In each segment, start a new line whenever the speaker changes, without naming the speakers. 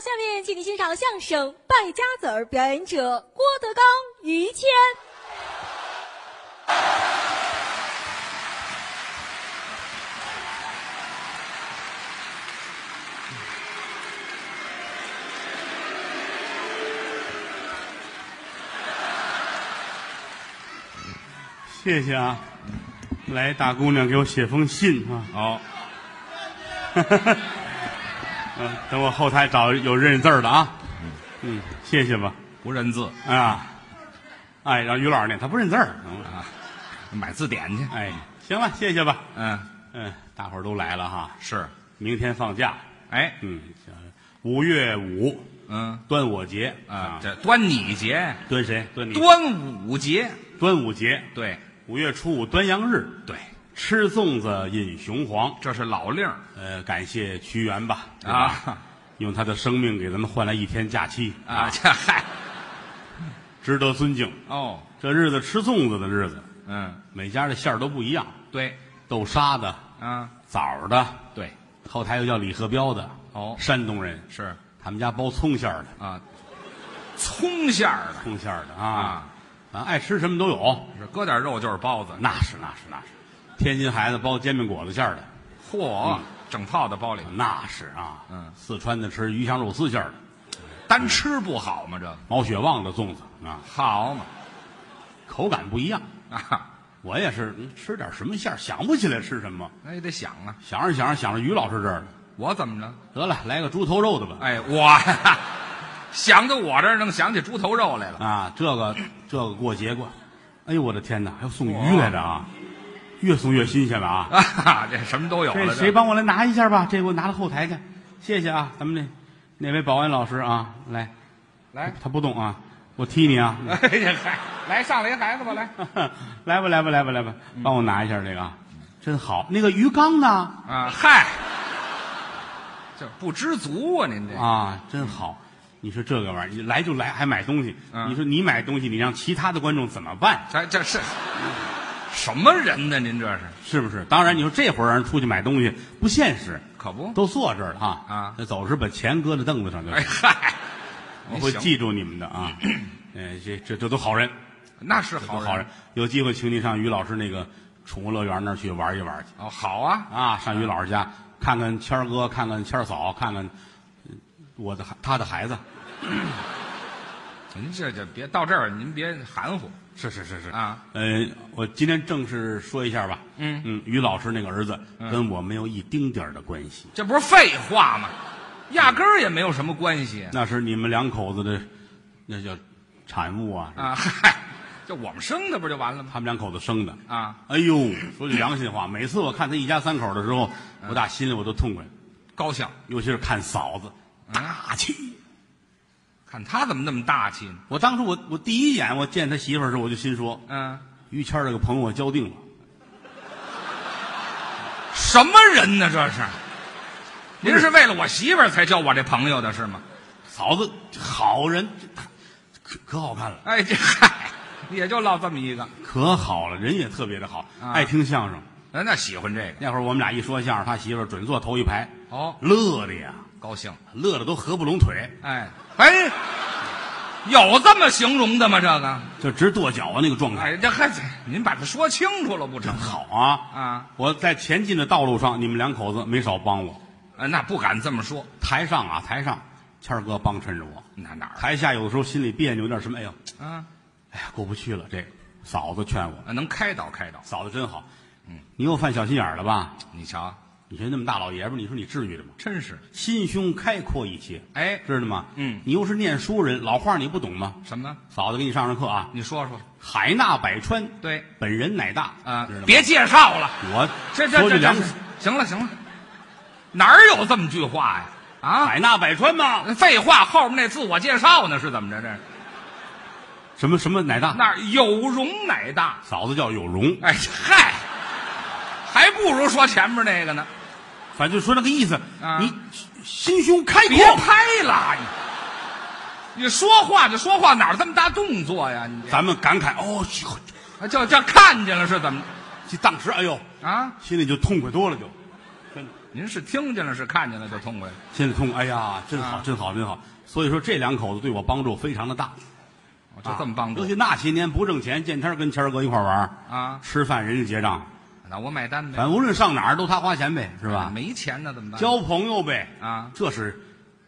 下面请您欣赏相声《败家子儿》，表演者郭德纲、于谦。
谢谢啊，来大姑娘给我写封信啊，
好，
嗯，等我后台找有认字儿的啊，嗯，谢谢吧，
不认字
啊，哎，让于老师念，他不认字儿，嗯
啊，买字典去。
哎，行了，谢谢吧，
嗯，
嗯，大伙儿都来了哈，
是，
明天放假，
哎，
嗯，五月五
嗯
端午节
啊，这端你节，
端谁？端你
端午节，
端午节，
对
五月初五端阳日，
对，
吃粽子饮雄黄，
这是老令儿
呃，感谢屈原吧，对吧
啊
用他的生命给咱们换来一天假期
啊，，这嗨，
值得尊敬。
哦，
这日子吃粽子的日子，
嗯，
每家的馅儿都不一样，
对，
豆沙的、
啊，
枣的，
对，
后台又叫李鹤彪的，
哦
山东人，
是
他们家包葱馅儿的，
啊，葱馅儿的
葱馅儿的啊
啊，
啊，爱吃什么都有，
是搁点肉就是包子，
那是那是那是。天津孩子包煎饼果子馅儿的，
嚯，整套的包里，
那是啊，
嗯
四川的吃鱼香肉丝馅儿的，
单吃不好吗？这个
毛血旺的粽子啊，
好嘛
口感不一样。
啊，
我也是嗯吃点什么馅儿，想不起来吃什么，
那也得想啊，
想着想着想着于老师这儿了。
我怎么着？
得了，来个猪头肉的吧。
哎，我想到我这儿能想起猪头肉来了。
啊，这个这个过节过，哎呦我的天哪，还有送鱼来的啊，越送越新鲜了啊！
啊，这什么都有
这
了。
谁帮我来拿一下吧？这给我拿到后台去，谢谢啊！咱们那那位保安老师啊，来，
来？
他不动啊，我踢你啊！
哎呀，嗨，来上来一孩子吧，来
来吧，来吧，来吧，来吧，帮我拿一下这个，啊，真好。那个鱼缸呢？
啊，嗨，这不知足啊，您这
啊，真好。你说这个玩意儿，你来就来，还买东西。
嗯
你说你买东西，你让其他的观众怎么办？
这这是什么人呢？您这是
是不是？当然，你说这会儿让人出去买东西不现实。
可不？
都坐这儿了哈
啊
那走时把钱搁在凳子上就
哎
行，
嗨，
我会
您行
记住你们的 啊。哎，这这这都好人，
那是
都
好
好人。有机会请你上于老师那个宠物乐园那儿去玩一玩去
哦，好啊，
啊，上于老师家看看谦儿哥，看看谦儿嫂，看看呃我的孩他的孩子。
您这就别到这儿，您别含糊
是是是是
啊，
呃，我今天正式说一下吧。
嗯
嗯，于老师那个儿子跟我没有一丁点儿的关系，
这不是废话吗？压根儿也没有什么关系
那是你们两口子的那叫产物啊，
啊！嗨，就我们生的不就完了吗？
他们两口子生的
啊，
哎呦，说句良心话，每次我看他一家三口的时候，我打心里我都痛快，
高兴，
尤其是看嫂子
嗯
大气。
看他怎么那么大气呢？
我当初我我第一眼我见他媳妇儿的时候，我就心说，
嗯。
于谦儿这个朋友我交定了。
什么人呢？这是？您是为了我媳妇儿才交我这朋友的是吗？
嫂子好人，这她可可好看了，
哎， 这嗨，也就落这么一个。
可好了，人也特别的好，
啊
爱听相声。
哎，那喜欢这个
那会儿我们俩一说相声，他媳妇儿准坐头一排，
哦，
乐的呀，
高兴。
乐的都合不拢腿，
哎哎，有这么形容的吗？这个？
就直跺脚啊那个状态。
哎，这还 您把它说清楚了不成
真？好啊！
啊，
我在前进的道路上，你们两口子没少帮我。
哎那不敢这么说。
台上啊，台上，谦儿哥帮衬着我。
那哪儿？
台下有的时候心里别扭，有点什么，哎呦，
啊，
哎呀，过不去了。这个嫂子劝我，
呃能开导开导。
嫂子真好。嗯，你又犯小心眼儿了吧？
你瞧，
你说那么大老爷们儿，你说你至于的吗？
真是。
心胸开阔一些，
哎，
知道吗？
嗯
你又是念书人，老话你不懂吗？
什么？
嫂子给你上上课啊，
你说说。
海纳百川，
对
本人乃大
啊
知道，吗？
别介绍了。
我
这
说句
这这
良
这
心，，
行了行了，哪儿有这么句话呀？啊，
海纳百川嘛，
废话，后面那自我介绍呢是怎么着？这是
什么什么乃大？
那儿有容乃大。
嫂子叫有容，
哎嗨，还不如说前面那个呢。
反正就说那个意思，
啊
你心胸开阔
别。拍了，你你说话这说话哪儿这么大动作呀？你
咱们感慨哦，这
这就这看见了是怎么
这当时哎呦，
着啊？
心里就痛快多了就，真的
您是听见了，是看见了就痛快了。
心里痛，哎呀，真好，
啊
真好，真好。所以说这两口子对我帮助非常的大，啊
哦就这么帮助
尤其那些年不挣钱，见天儿跟谦儿哥一块儿玩儿，
啊？
吃饭人家结账，
那我买单呗，
反正无论上哪儿都他花钱呗，是吧？
哎没钱呢怎么办？
啊交朋友呗，
啊
这是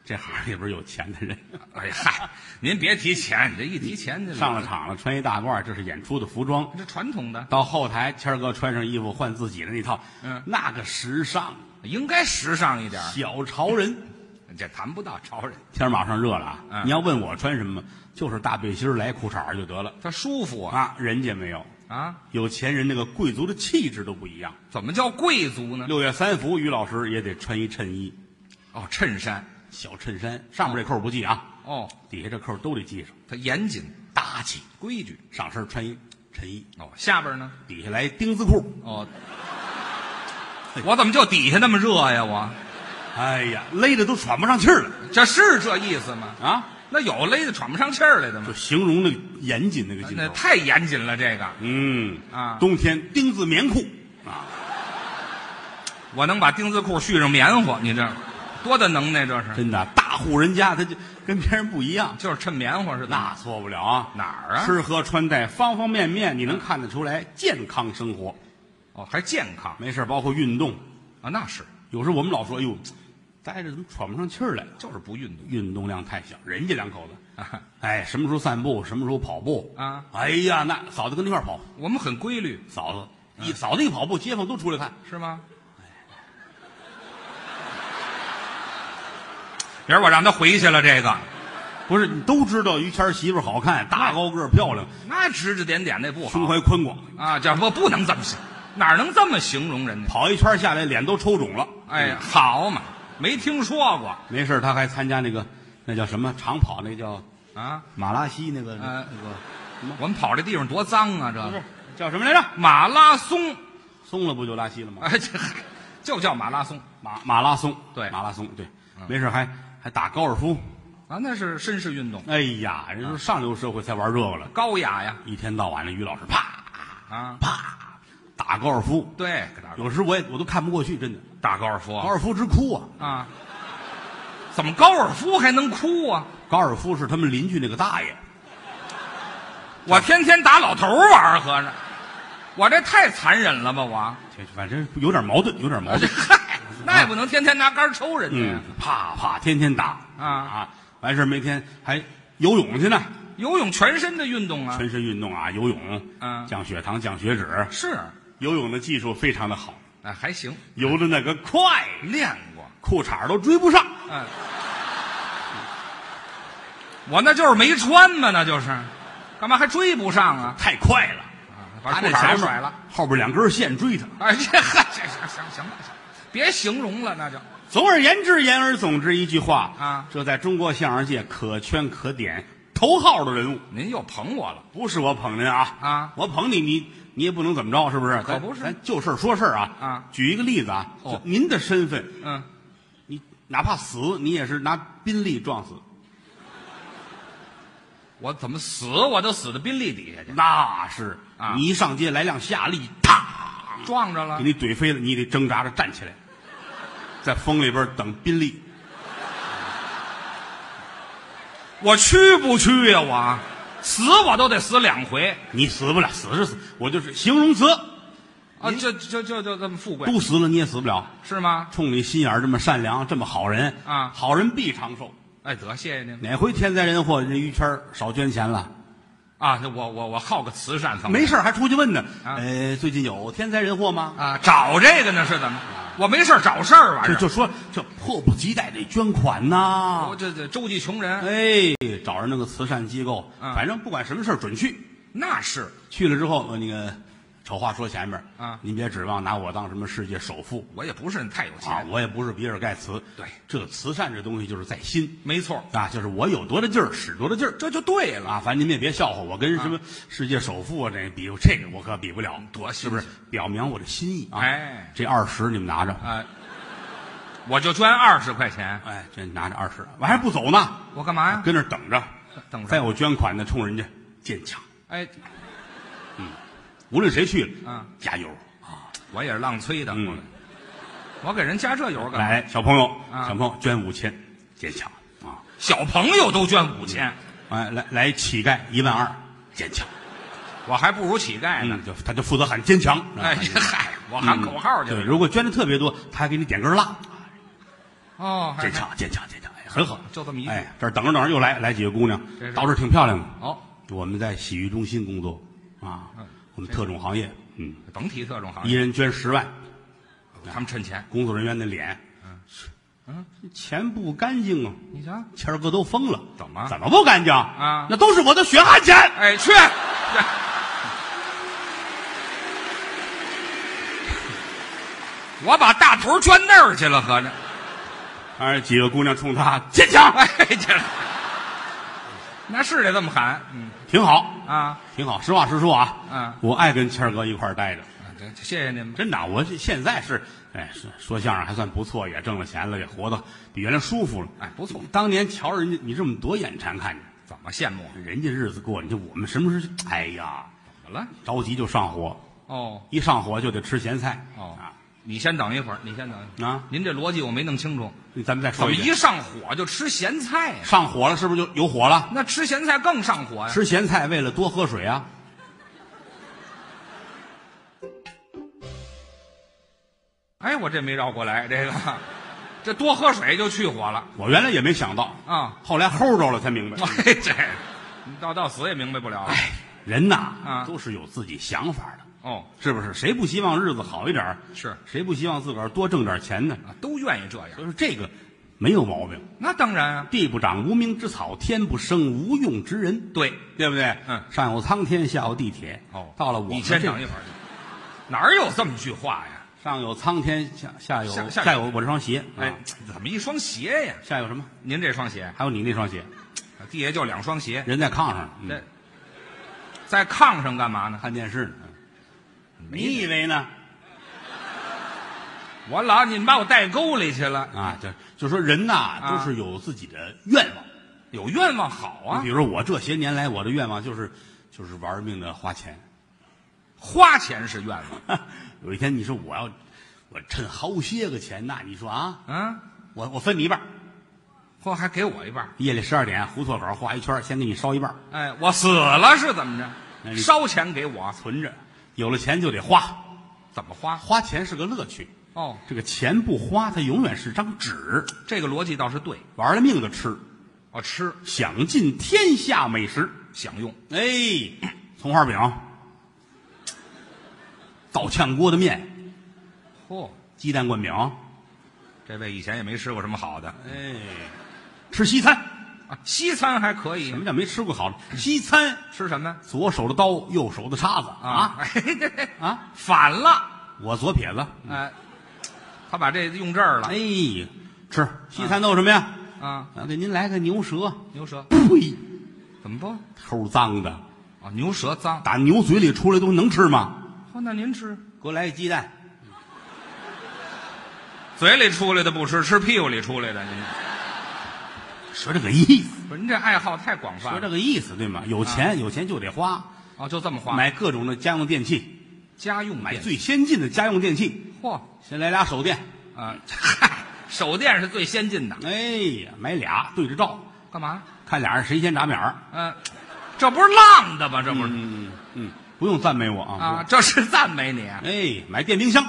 这行里边有钱的人。
哎呀，嗨，您别提钱，你这一提钱就
上了场了，穿一大褂儿，这是演出的服装。
这传统的
到后台，谦儿哥穿上衣服换自己的那套，
嗯
那个时尚，
应该时尚一点儿，
小潮人。
这谈不到潮人，
天儿马上热了啊！
嗯
你要问我穿什么，就是大背心儿来裤衩儿就得了
他舒服啊
啊。人家没有，
啊！
有钱人那个贵族的气质都不一样。
怎么叫贵族呢？
六月三伏，于老师也得穿一衬衣，
哦，衬衫
小衬衫，上面这扣儿不系啊，
哦，
底下这扣儿都得系上，
它严谨
大气。
规矩
上身穿一衬衣，
哦。下边呢？
底下来丁字裤。
哦，我怎么就底下那么热呀？我
哎呀，勒得都喘不上气儿了
这是这意思吗？
啊！
那有勒得喘不上气儿来的吗
就？形容那个严谨那个劲
呃那
头。
太严谨了，这个
嗯
啊
冬天丁字棉裤啊，
我能把丁字裤续上棉花，你这多大能耐？这是
真的，大户人家他就跟别人不一样，
就是趁棉花似的。
那错不了啊。
哪儿啊？
吃喝穿戴方方面面，你能看得出来健康生活。
哦，还健康
没事儿，包括运动。
啊？那是，
有时候我们老说，哎呦，待着怎么喘不上气儿来了？
就是不运动
运动量太小，人家两口子，
啊。
哎，什么时候散步，什么时候跑步
啊？
哎呀，那嫂子跟那块儿跑，
我们很规律，
嫂子
嗯
一嫂子一跑步，街坊都出来看。
是吗？哎明儿我让他回去了，这个
不是，你都知道于谦儿媳妇儿好看，大高个儿漂亮，
那指指点点那不
胸
好
怀宽广，
啊！叫不不能这么形，哪能这么形容人家？
跑一圈儿下来脸都抽肿了。
哎，好嘛，没听说过
没事儿，他还参加那个那叫什么长跑，那叫
啊！
马拉西那个那
呃
个
我们跑这地方多脏啊！
不是
这
叫什么来着？
马拉松，
松了不就拉稀了吗？
哎，这嗨就叫马拉松
马马拉松，
对嗯
马拉松，对，没事儿还还打高尔夫。
啊，那是绅士运动，
哎呀，人说上流社会才玩这个了，
高雅呀
一天到晚的于老师啪
啊！
啪打高尔夫，
对，打
有时我也我都看不过去，真的
打高尔夫
高尔夫之哭啊！
啊，怎么高尔夫还能哭啊？
高尔夫是他们邻居那个大爷，
我天天打老头玩儿，合着我这太残忍了吧？我
这反正有点矛盾，有点矛
这
盾。
嗨，那也不能天天拿杆儿抽人家
哎嗯
呀。，
啪啪天天打
啊
啊！完事儿每天还游泳去呢，
游泳全身的运动啊，
全身运动啊，游泳，
嗯
降血糖、降血脂，
是，
游泳的技术非常的好，
哎，还行，
游的那个快，
练过。
裤衩儿都追不上。
嗯，我那就是没穿嘛，那就是，干嘛还追不上啊？
太快了，
把
他
裤
这
衩
前
都甩
面
了。，
后边两根线追他。
哎，这 嗨，这行行行了，行了别形容了，那就
总而言之，言而总之一句话
啊
这在中国相声界可圈可点、头号的人物。
您又捧我了。
不是我捧您啊
啊
我捧你，你你也不能怎么着，是不是？
可不是
咱咱就事儿说事儿啊
啊
举一个例子啊，
哦
就您的身份，
嗯，
你哪怕死，你也是拿宾利撞死，
我怎么死我都死到宾利底下去，
那是
啊
你一上街来辆夏利，啪，
撞着了
给。你怼飞了，你得挣扎着站起来，在风里边等宾利。
我去不去呀、我死我都得死两回
你死不了，死是死，我就是形容词，
啊！就就就就这么富贵
都死了你也死不了。
是吗？
冲你心眼儿这么善良，这么好人
啊
好人必长寿。
哎，得谢谢您
哪回天灾人祸，人于谦儿少捐钱了。
啊！那我我我好个慈善方面
没事儿还出去问呢。
啊
呃，最近有天灾人祸吗？
啊，找这个呢是怎么？我没事儿找事儿啊玩意
就
儿。
就说这迫不及待得捐款呐
我。这这周济穷人，
哎，找人那个慈善机构，
嗯
反正不管什么事儿准去。
那是
去了之后，呃那个丑话说前面
啊
您别指望拿我当什么世界首富
我也不是太有
啊，
钱，
我也不是比尔盖茨。
对
这慈善这东西就是在心
没错，
啊，就是我有多大劲儿使多大劲儿
这就对了。
啊。反正您也别笑话我，跟什么世界首富啊这比，这个我可比不了，
嗯多新
是不是？表明我的心意啊。
哎，
这二十你们拿着。
啊，我就捐二十块钱，
哎，这拿着二十，我还不走呢，
我干嘛呀？
跟那儿等着，
啊等
再
着，
有捐款的冲人家坚强，
哎，
无论谁去了，
嗯
加油，
我也是浪催的，
嗯，
我给人加这油干嘛？
来，小朋友，
啊
小朋友捐五千，坚强啊！
小朋友都捐五千，
哎，来来，乞丐一万二，坚强。
我还不如乞丐呢。
嗯，就他就负责喊坚强。啊嗯
哎呀，嗨，我喊口号去
对，
了。
如果捐的特别多，他还给你点根蜡，
哦，还
坚强，坚强，坚强，哎很好。
就这么一句
哎，这儿等着等着又来来几个姑娘
这，是
倒是挺漂亮的。
哦，
我们在洗浴中心工作啊
嗯，啊
我们特种行业，嗯，
甭提特种行
一
业，
人捐十万，
他们趁钱。
工作人员的脸，
嗯，
钱不干净啊，
你瞧，
谦儿哥都疯了，
怎么
怎么不干净
啊
那都是我的血汗钱。
哎，去， 我把大头捐那儿去了，合着。
哎，几个姑娘冲他坚 强，
哎，这那是得这么喊，嗯
挺好，
啊，
挺好。实话实说啊，
嗯
我爱跟谦儿哥一块儿待着，
这这嗯谢谢您吧。
真的。啊我这现在是，哎，是说相声还算不错，也挣了钱了，也活得比原来舒服了。
哎，不错，
当年瞧人家你这么多眼馋看着，
怎么羡慕啊？
人家日子过，你就我们什么时候？哎呀，
怎么了？
着急就上火，
哦
一上火就得吃咸菜。
哦
啊，
你先等一会儿，你先等一会儿。
啊，
您这逻辑我没弄清楚，
咱们再
怎
说
么
一遍
一上火就吃咸菜呀、
上火了，是不是就有火了？
那吃咸菜更上火呀、
吃咸菜为了多喝水啊。
哎，我这没绕过来，这个这多喝水就去火了
我原来也没想到，
啊！
后来齁着了才明白。
哎，这你到到死也明白不了。
嗯哎，人呐，
啊
都是有自己想法的，
哦，
是不是？谁不希望日子好一点儿？
是
谁不希望自个儿多挣点钱呢？
啊，都愿意这样。
所以说这个没有毛病。
那当然啊，
地不长无名之草，天不生无用之人，
对。
对不对？
嗯哦
上有苍天，下有地铁。到了我
你
们
先
这
等一会儿，哪儿有这么句话呀？
上有苍天，下下有
下下有
有我这双鞋，
哎
啊，
怎么一双鞋呀？
下有什么？
您这双鞋，
还有你那双鞋，
地下就两双鞋，
人在炕上，嗯
这在炕上干嘛呢？
看电视呢。你以为呢？
我老你们把我带沟里去了，
啊，就就说人呐，
啊
都是有自己的愿望。
有愿望好
你
啊
比，如说我这些年来，我的愿望就是就是玩命的花钱。
花钱是愿望，
有一天你说我要我趁好些个钱呐，你说啊，
嗯，
我我分你一半儿，
或还给我一半儿，
夜里十二点胡同口画一圈儿，先给你烧一半儿，
哎，我死了是怎么
那
着？
你
烧钱给我，
存着，有了钱就得花，
怎么花？
花钱是个乐趣。
哦，
这个钱不花，它永远是张纸，
这个逻辑倒是对，
玩了命的吃，
哦，吃
享尽天下美食。
享用，
哎，葱花饼，倒炝锅的面，
嚯、
鸡蛋灌饼，
这位以前也没吃过什么好的
哎，吃西餐。
啊，西餐还可以
什，么叫没吃过好的西餐？
吃什么呀？
左手的刀，右手的叉子啊
哎，这这
啊！
反了，
我左撇子，
哎，他把这用这儿了
哎，吃西餐都有什么呀？
啊，
啊，给您来个牛舌，
牛舌
呸，
怎么不？
齁脏的，
啊，牛舌脏，
打牛嘴里出来东西能吃吗？
哦，那您吃
给我来一鸡蛋，
嘴里出来的不吃，吃屁股里出来的，您
说这个意思，
不是您这爱好太广泛
说这
了
个意思对吗？有钱有钱就得花，
哦，就这啊么花，
买各种的家用电器，
家用
买
电
最先进的家用电器，
嚯
先来俩手电，
啊， 嗨，手电是最先进的，
哎呀，买俩对着照，
干嘛？
看俩人谁先眨眼儿。
嗯、这不是浪的吗？这不是、
嗯嗯，不用赞美我啊
啊，这是赞美你啊，
哎，买电冰箱，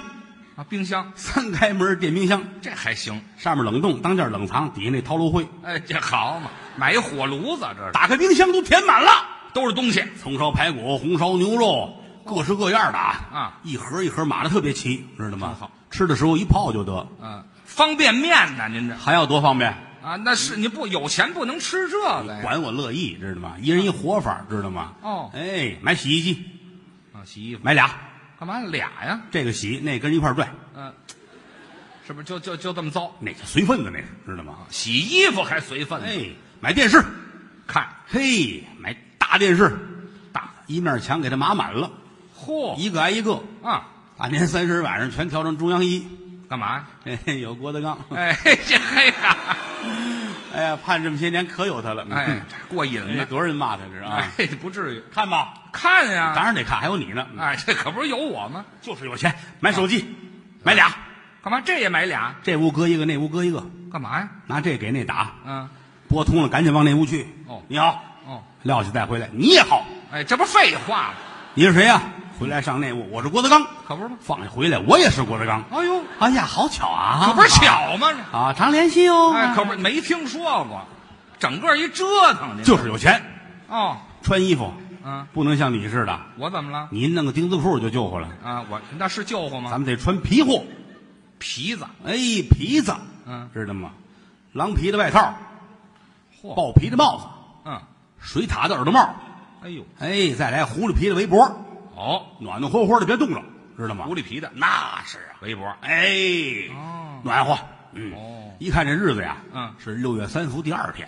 冰箱
三开门电冰箱，
这还行，
上面冷冻，当间冷藏，底下那掏炉灰。
哎，这好嘛，买一火炉子，这是
打开冰箱都填满了，
都是东西，
葱烧排骨、红烧牛肉，各式各样的啊
啊
一盒一盒码的特别齐，知道吗？
真好，
吃的时候一泡就得，
嗯、方便面呢？您这
还要多方便，
啊，那是你不有钱不能吃这个呀。
管我乐意，知道吗？一人一活法，知道吗？
哎哦
哎，买洗衣机，
啊，洗衣服
买俩，
干嘛俩呀？
这个洗，那跟人一块儿拽，
嗯、是不是就就就这么糟？
那个随份子那是，知道吗？
洗衣服还随份子、
哎，买电视，
看，
嘿，买大电视，大一面墙给它码满了，
嚯
一个挨一个。
啊，
大年三十晚上全调成中央一，
干嘛呀？
嘿嘿，有郭德纲。
哎，这嘿呀，
哎呀，盼这么些年可有他了。
哎，这过瘾
人家
了，
多少人骂他这是啊？
哎，不至于
看吧，
看呀、哎
当然得看，还有你呢，
哎，这可不是有我吗？
就是有钱买手机，买俩，
干干嘛这也买俩？
这屋搁一个，那屋搁一个，
干嘛呀？
拿这给那打，
嗯，
拨通了赶紧往那屋去。
哦
你好，
哦，
撂下再回来。你也好，
哎，这不废话吗？
你是谁呀、回来上那屋，我是郭德纲。
可不是吗？
放下回来，我也是郭德纲。
哎呦，
哎呀，好巧啊！
可不是巧吗？这
啊，常联系哦。
哎，可不是没听说过，整个一折腾您
就是有钱，
哦，
穿衣服
嗯，
不能像你似的，
我怎么了？
你弄个丁字裤就救活了。
啊，我那是救活吗？
咱们得穿皮货，
皮子，
哎，皮子，
嗯，
知道吗？狼皮的外套，
嚯，
豹皮的帽子，
嗯，
水獭的耳朵帽，
哎呦，
哎，再来狐狸皮的围脖，
哦，
暖暖和和的，别冻着，知道吗
狐？狸皮的
那是啊，
围脖，
哎，
哦
暖和，嗯，
哦
一看这日子呀，
嗯
是六月三伏第二天，啊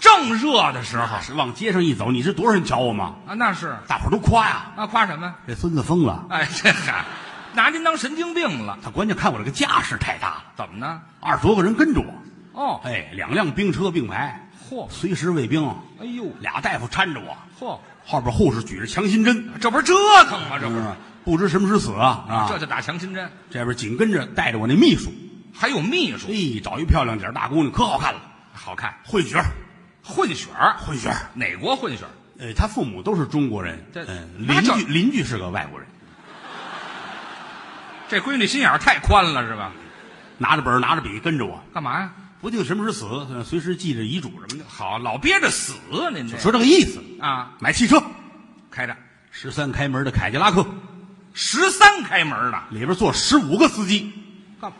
正热的时候
是往街上一走，你知多少人瞧我吗？
啊，那是
大伙儿都夸呀，
那夸什么呀？
这孙子疯了，
哎，这嗨，拿您当神经病了？
他关键看我这个架势太大了，
怎么呢？
二十多个人跟着我，
哦，
哎，两辆兵车并排，
嚯，
随时卫兵，
哎呦，
俩大夫搀着我，
嚯，
后边护士举着强心针，
这不是折腾吗？这不是，
嗯不知什么时死啊啊！
这就打强心针，
这边紧跟着带着我那秘书，
还有秘书，
哎，找一漂亮点儿大姑娘，可好看了，
好看，
混血儿，
混血儿，
混血儿。
哪国混血儿？
呃，他父母都是中国人，
这
嗯，
那
邻
叫
居邻居是个外国人，
这闺女心眼儿太宽了是吧？
拿着本儿拿着笔跟着我，
干嘛呀？
不定什么时死，呃随时记着遗嘱什么的，
好，老憋着死啊您这
说这个意思。
啊，
买汽车，
开着
十三开门的凯迪拉克，
十三开门的，
里边坐十五个司机，
干嘛？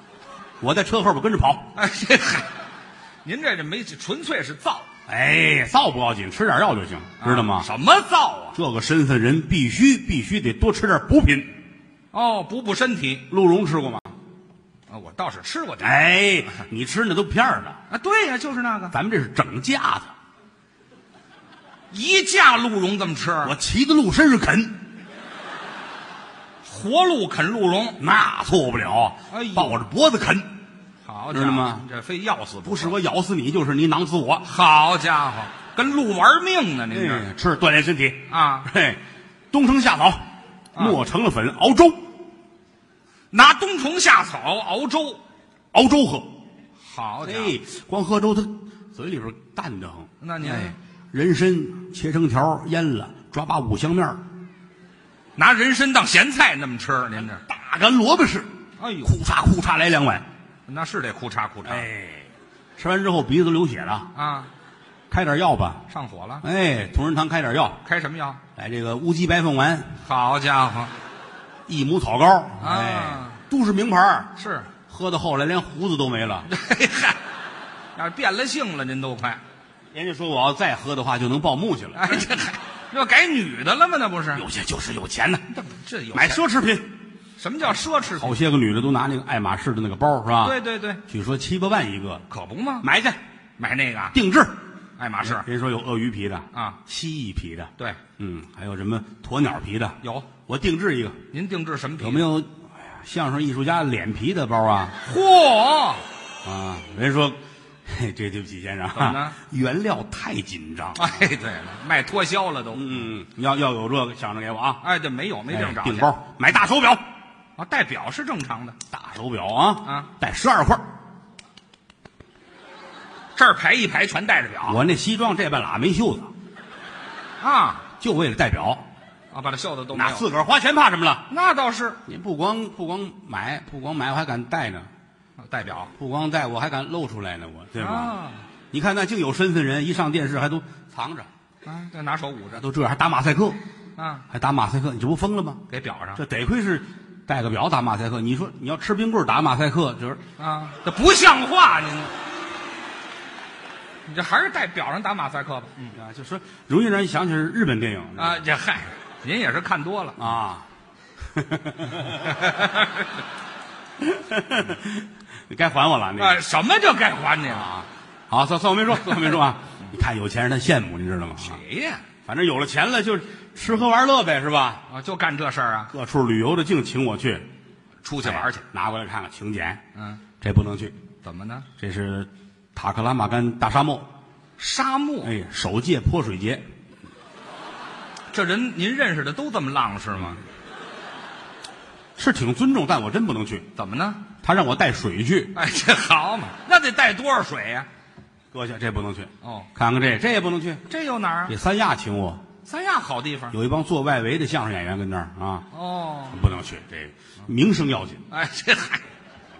我在车后边跟着跑。
哎，这嗨，您这这没纯粹是造，
哎，造不要紧，吃点药就行，
啊
知道吗？
什么造啊？
这个身份人必须必须得多吃点补品。
哦，补补身体
鹿茸吃过吗？
啊，我倒是吃过点儿
哎，你吃那都片儿的，
啊，对呀、就是那个
咱们这是整架子。
一架鹿茸这么吃，
我骑在鹿身上啃，
活鹿啃鹿茸，
那错不了
哎呦，
抱着脖子啃。
好
知
家
道
伙
吗，
这非要死
不
不
是
可，
我咬死你，就是你囊死我。
好家伙，跟鹿玩命呢，您这、
嗯，吃锻炼身体。
啊，
嘿，冬虫夏草，磨成了粉熬粥，
拿冬虫夏草熬粥，
熬粥喝。
好家伙，
哎，光喝粥它嘴里边淡得很。
那您
哎，人参切成条腌了，抓把五香面儿
拿人参当咸菜那么吃，您这，
大干萝卜是，
哎呦，
库嚓库嚓来两碗。
那是得哭嚓哭嚓、
哎，吃完之后鼻子都流血了，
啊，
开点药吧。
上火了，
哎，同仁堂开点药，
开什么药？
哎，这个乌鸡白凤丸
好家伙，
益母草膏，
啊
哎，都是名牌儿
是，
喝到后来连胡子都没了。
嘿嗨，要是变了性了，您都 快，
人家说我要再喝的话就能报幕去了。
哎这还这改女的了吗？那不是，
有钱就是有钱呐，
这这有
买
钱
奢侈品。
什么叫奢侈品？
好些个女的都拿那个爱马仕的那个包是吧？
对，对对，
据说七八万一个，
可不嘛，
买去
买那个啊
定制。
爱马仕
人说有鳄鱼皮的
啊，
蜥蜴皮的，
对，
嗯，还有什么鸵鸟皮的，
有。
我定制一个。
您定制什么皮？
有没有哎呀相声艺术家脸皮的包啊？
嚯，
啊，人说， 嘿，这对不起先生啊
怎么了，
原料太紧张。
哎，对了，卖脱销了都。
嗯，要要有这个，想着给我啊。
哎，对，没有，没这么
哎
着。
订包，买大手表，
啊，戴表是正常的，
大手表啊，
啊，
带十二块。
这儿排一排全戴着表
我那西装这半拉没袖子，
啊
就为了戴表，
啊，把这袖子都没
那
有。
自个儿花钱怕什么了？
那倒是
你不光不光买，不光买，我还敢戴呢。
啊戴表
不光戴，我还敢露出来呢，我对吗？
啊
你看那净有身份人，一上电视还都藏着，
啊，再拿手捂着
都这样还打马赛克，
啊，
还打马赛克，你这不疯了吗？
给表上
啊这得亏是戴个表打马赛克。你说你要吃冰棍儿打马赛克，就是
啊，这不像话，您你这还是戴表上打马赛克吧？嗯
啊，就说容易让人想起是日本电影
啊，这嗨，您也是看多了。
啊。 你该还我了，那
啊，
个
什么叫该还你了？
啊，好，算算我没说，算我没说啊。你看有钱人他羡慕，你知道吗？啊
谁呀？
反正有了钱了就吃喝玩乐呗，是吧？
啊，就干这事儿啊，
各处旅游的净请我去，出
出去玩儿去。，
拿过来看看请柬，
嗯，
这不能去，
怎么呢？
这是塔克拉玛干大沙漠，
沙漠，
哎，首届泼水节，
嗯这人您认识的都这么浪是吗？
是挺尊重，但我真不能去。
怎么呢？
他让我带水去，
哎，这好嘛，那得带多少水啊呀、
搁下这不能去，
哦，
看看这这也不能去。
这有哪儿啊
这？三亚请我，
三亚好地方。
有一帮做外围的相声演员跟那儿啊，
哦，
不能去，这名声要紧，
哎，这还
不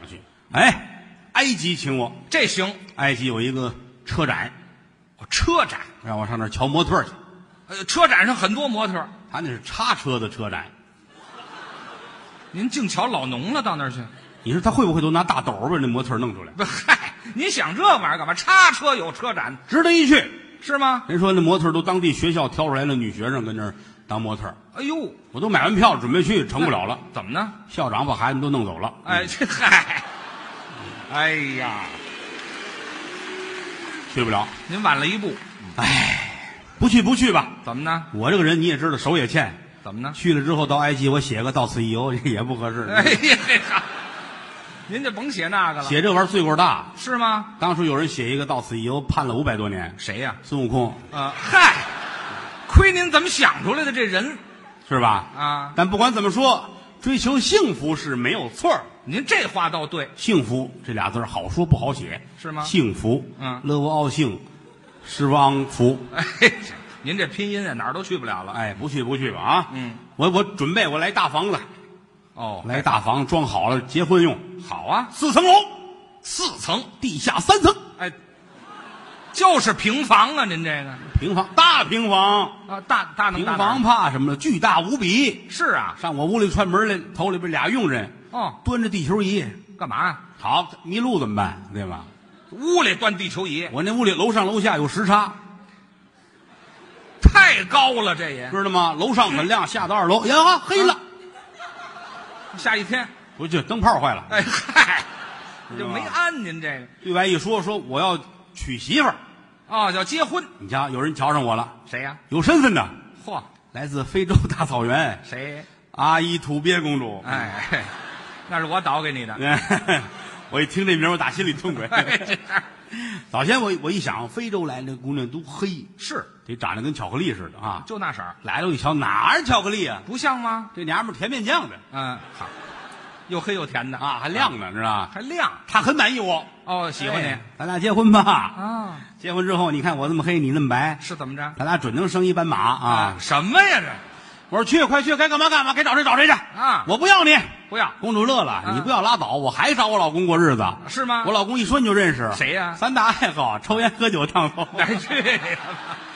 能去。哎，埃及请我，
这行，
埃及有一个车展，
哦车展，
让我上那儿瞧模特儿去。
呃，车展上很多模特儿，
他那是叉车的车展，
您净瞧老农了，到那儿去？
你说他会不会都拿大斗儿把那模特儿弄出来？
不，嗨，您想这玩意儿干嘛？叉车有车展
值得一去。
是吗？
人说那模特儿都当地学校挑出来的女学生跟那儿当模特儿，
哎呦，
我都买完票准备去，成不了了。
怎么呢？
校长把孩子们都弄走了。
哎，这嗨， 哎呀，
去不了，
您晚了一步，
不去不去吧。
怎么呢？
我这个人你也知道，手也欠。
怎么呢？
去了之后到埃及，我写个到此一游 也不合适。
哎呀，这好，您就甭写那个了，
写这玩意儿罪过大。
是吗？
当初有人写一个到此一游，判了五百多年。
谁呀、
孙悟空
呃，嗨，亏您怎么想出来的这人
是吧？
啊？
但不管怎么说，追求幸福是没有错儿。
您这话倒对，
幸福这俩字儿好说不好写，
是吗
幸福，
嗯
乐无傲幸，失汪福。
哎，您这拼音啊哪儿都去不了了。
哎，不去不去吧啊！
嗯，
我我准备我来大房子，
哦，
来大房装好了结婚用，
好啊，
四层楼，
四层，
地下三层，
哎，就是平房啊，您这个
平房大平房，
啊，大大能
平
大
房
哪
怕什么了？巨大无比。
儿是啊，
上我屋里串门来，头里边俩佣人
哦，
端着地球仪，
干嘛呀？
好迷路怎么办？对吧？
屋里端地球仪
我那屋里楼上楼下有时差，
太高了，这也
知道吗？楼上很亮，下到二楼，呀，黑
啊
了，
吓一天。
不去，灯泡坏了。
哎嗨，
是
就
吧
没安您这个
对外一说，说我要娶媳妇儿，
哦，要结婚
你瞧，有人瞧上我了，
谁呀、
有身份的，
嚯，
来自非洲大草原，
谁？
阿依土鳖公主。
哎，嘿那是我倒给你的。
哎， 我一听这名儿，我打心里痛快。
哎，这
早先我我一想，非洲来那姑娘都黑，
是
得长得跟巧克力似的啊。
就那色儿，
来了，我一瞧，哪儿巧克力啊？
不像吗？
这娘们儿甜面酱的
嗯，好，又黑又甜的
啊，还亮呢，知道吧？
还亮
她很满意我，
哦，喜欢
哎
你
咱俩结婚吧。
啊？
结婚之后，你看我这么黑，你那么白，
是怎么着？
咱俩准能生一斑马啊！
什么呀这？
我说去，快去，该干嘛干嘛，该找谁找谁去
啊
我不要你。
不要
公主乐了，
啊
你不要拉倒，我还找我老公过日子，
是吗啊
我老公一说你就认识
谁呀 哎
三大爱好：抽烟、喝酒、烫头。
来去你的吧！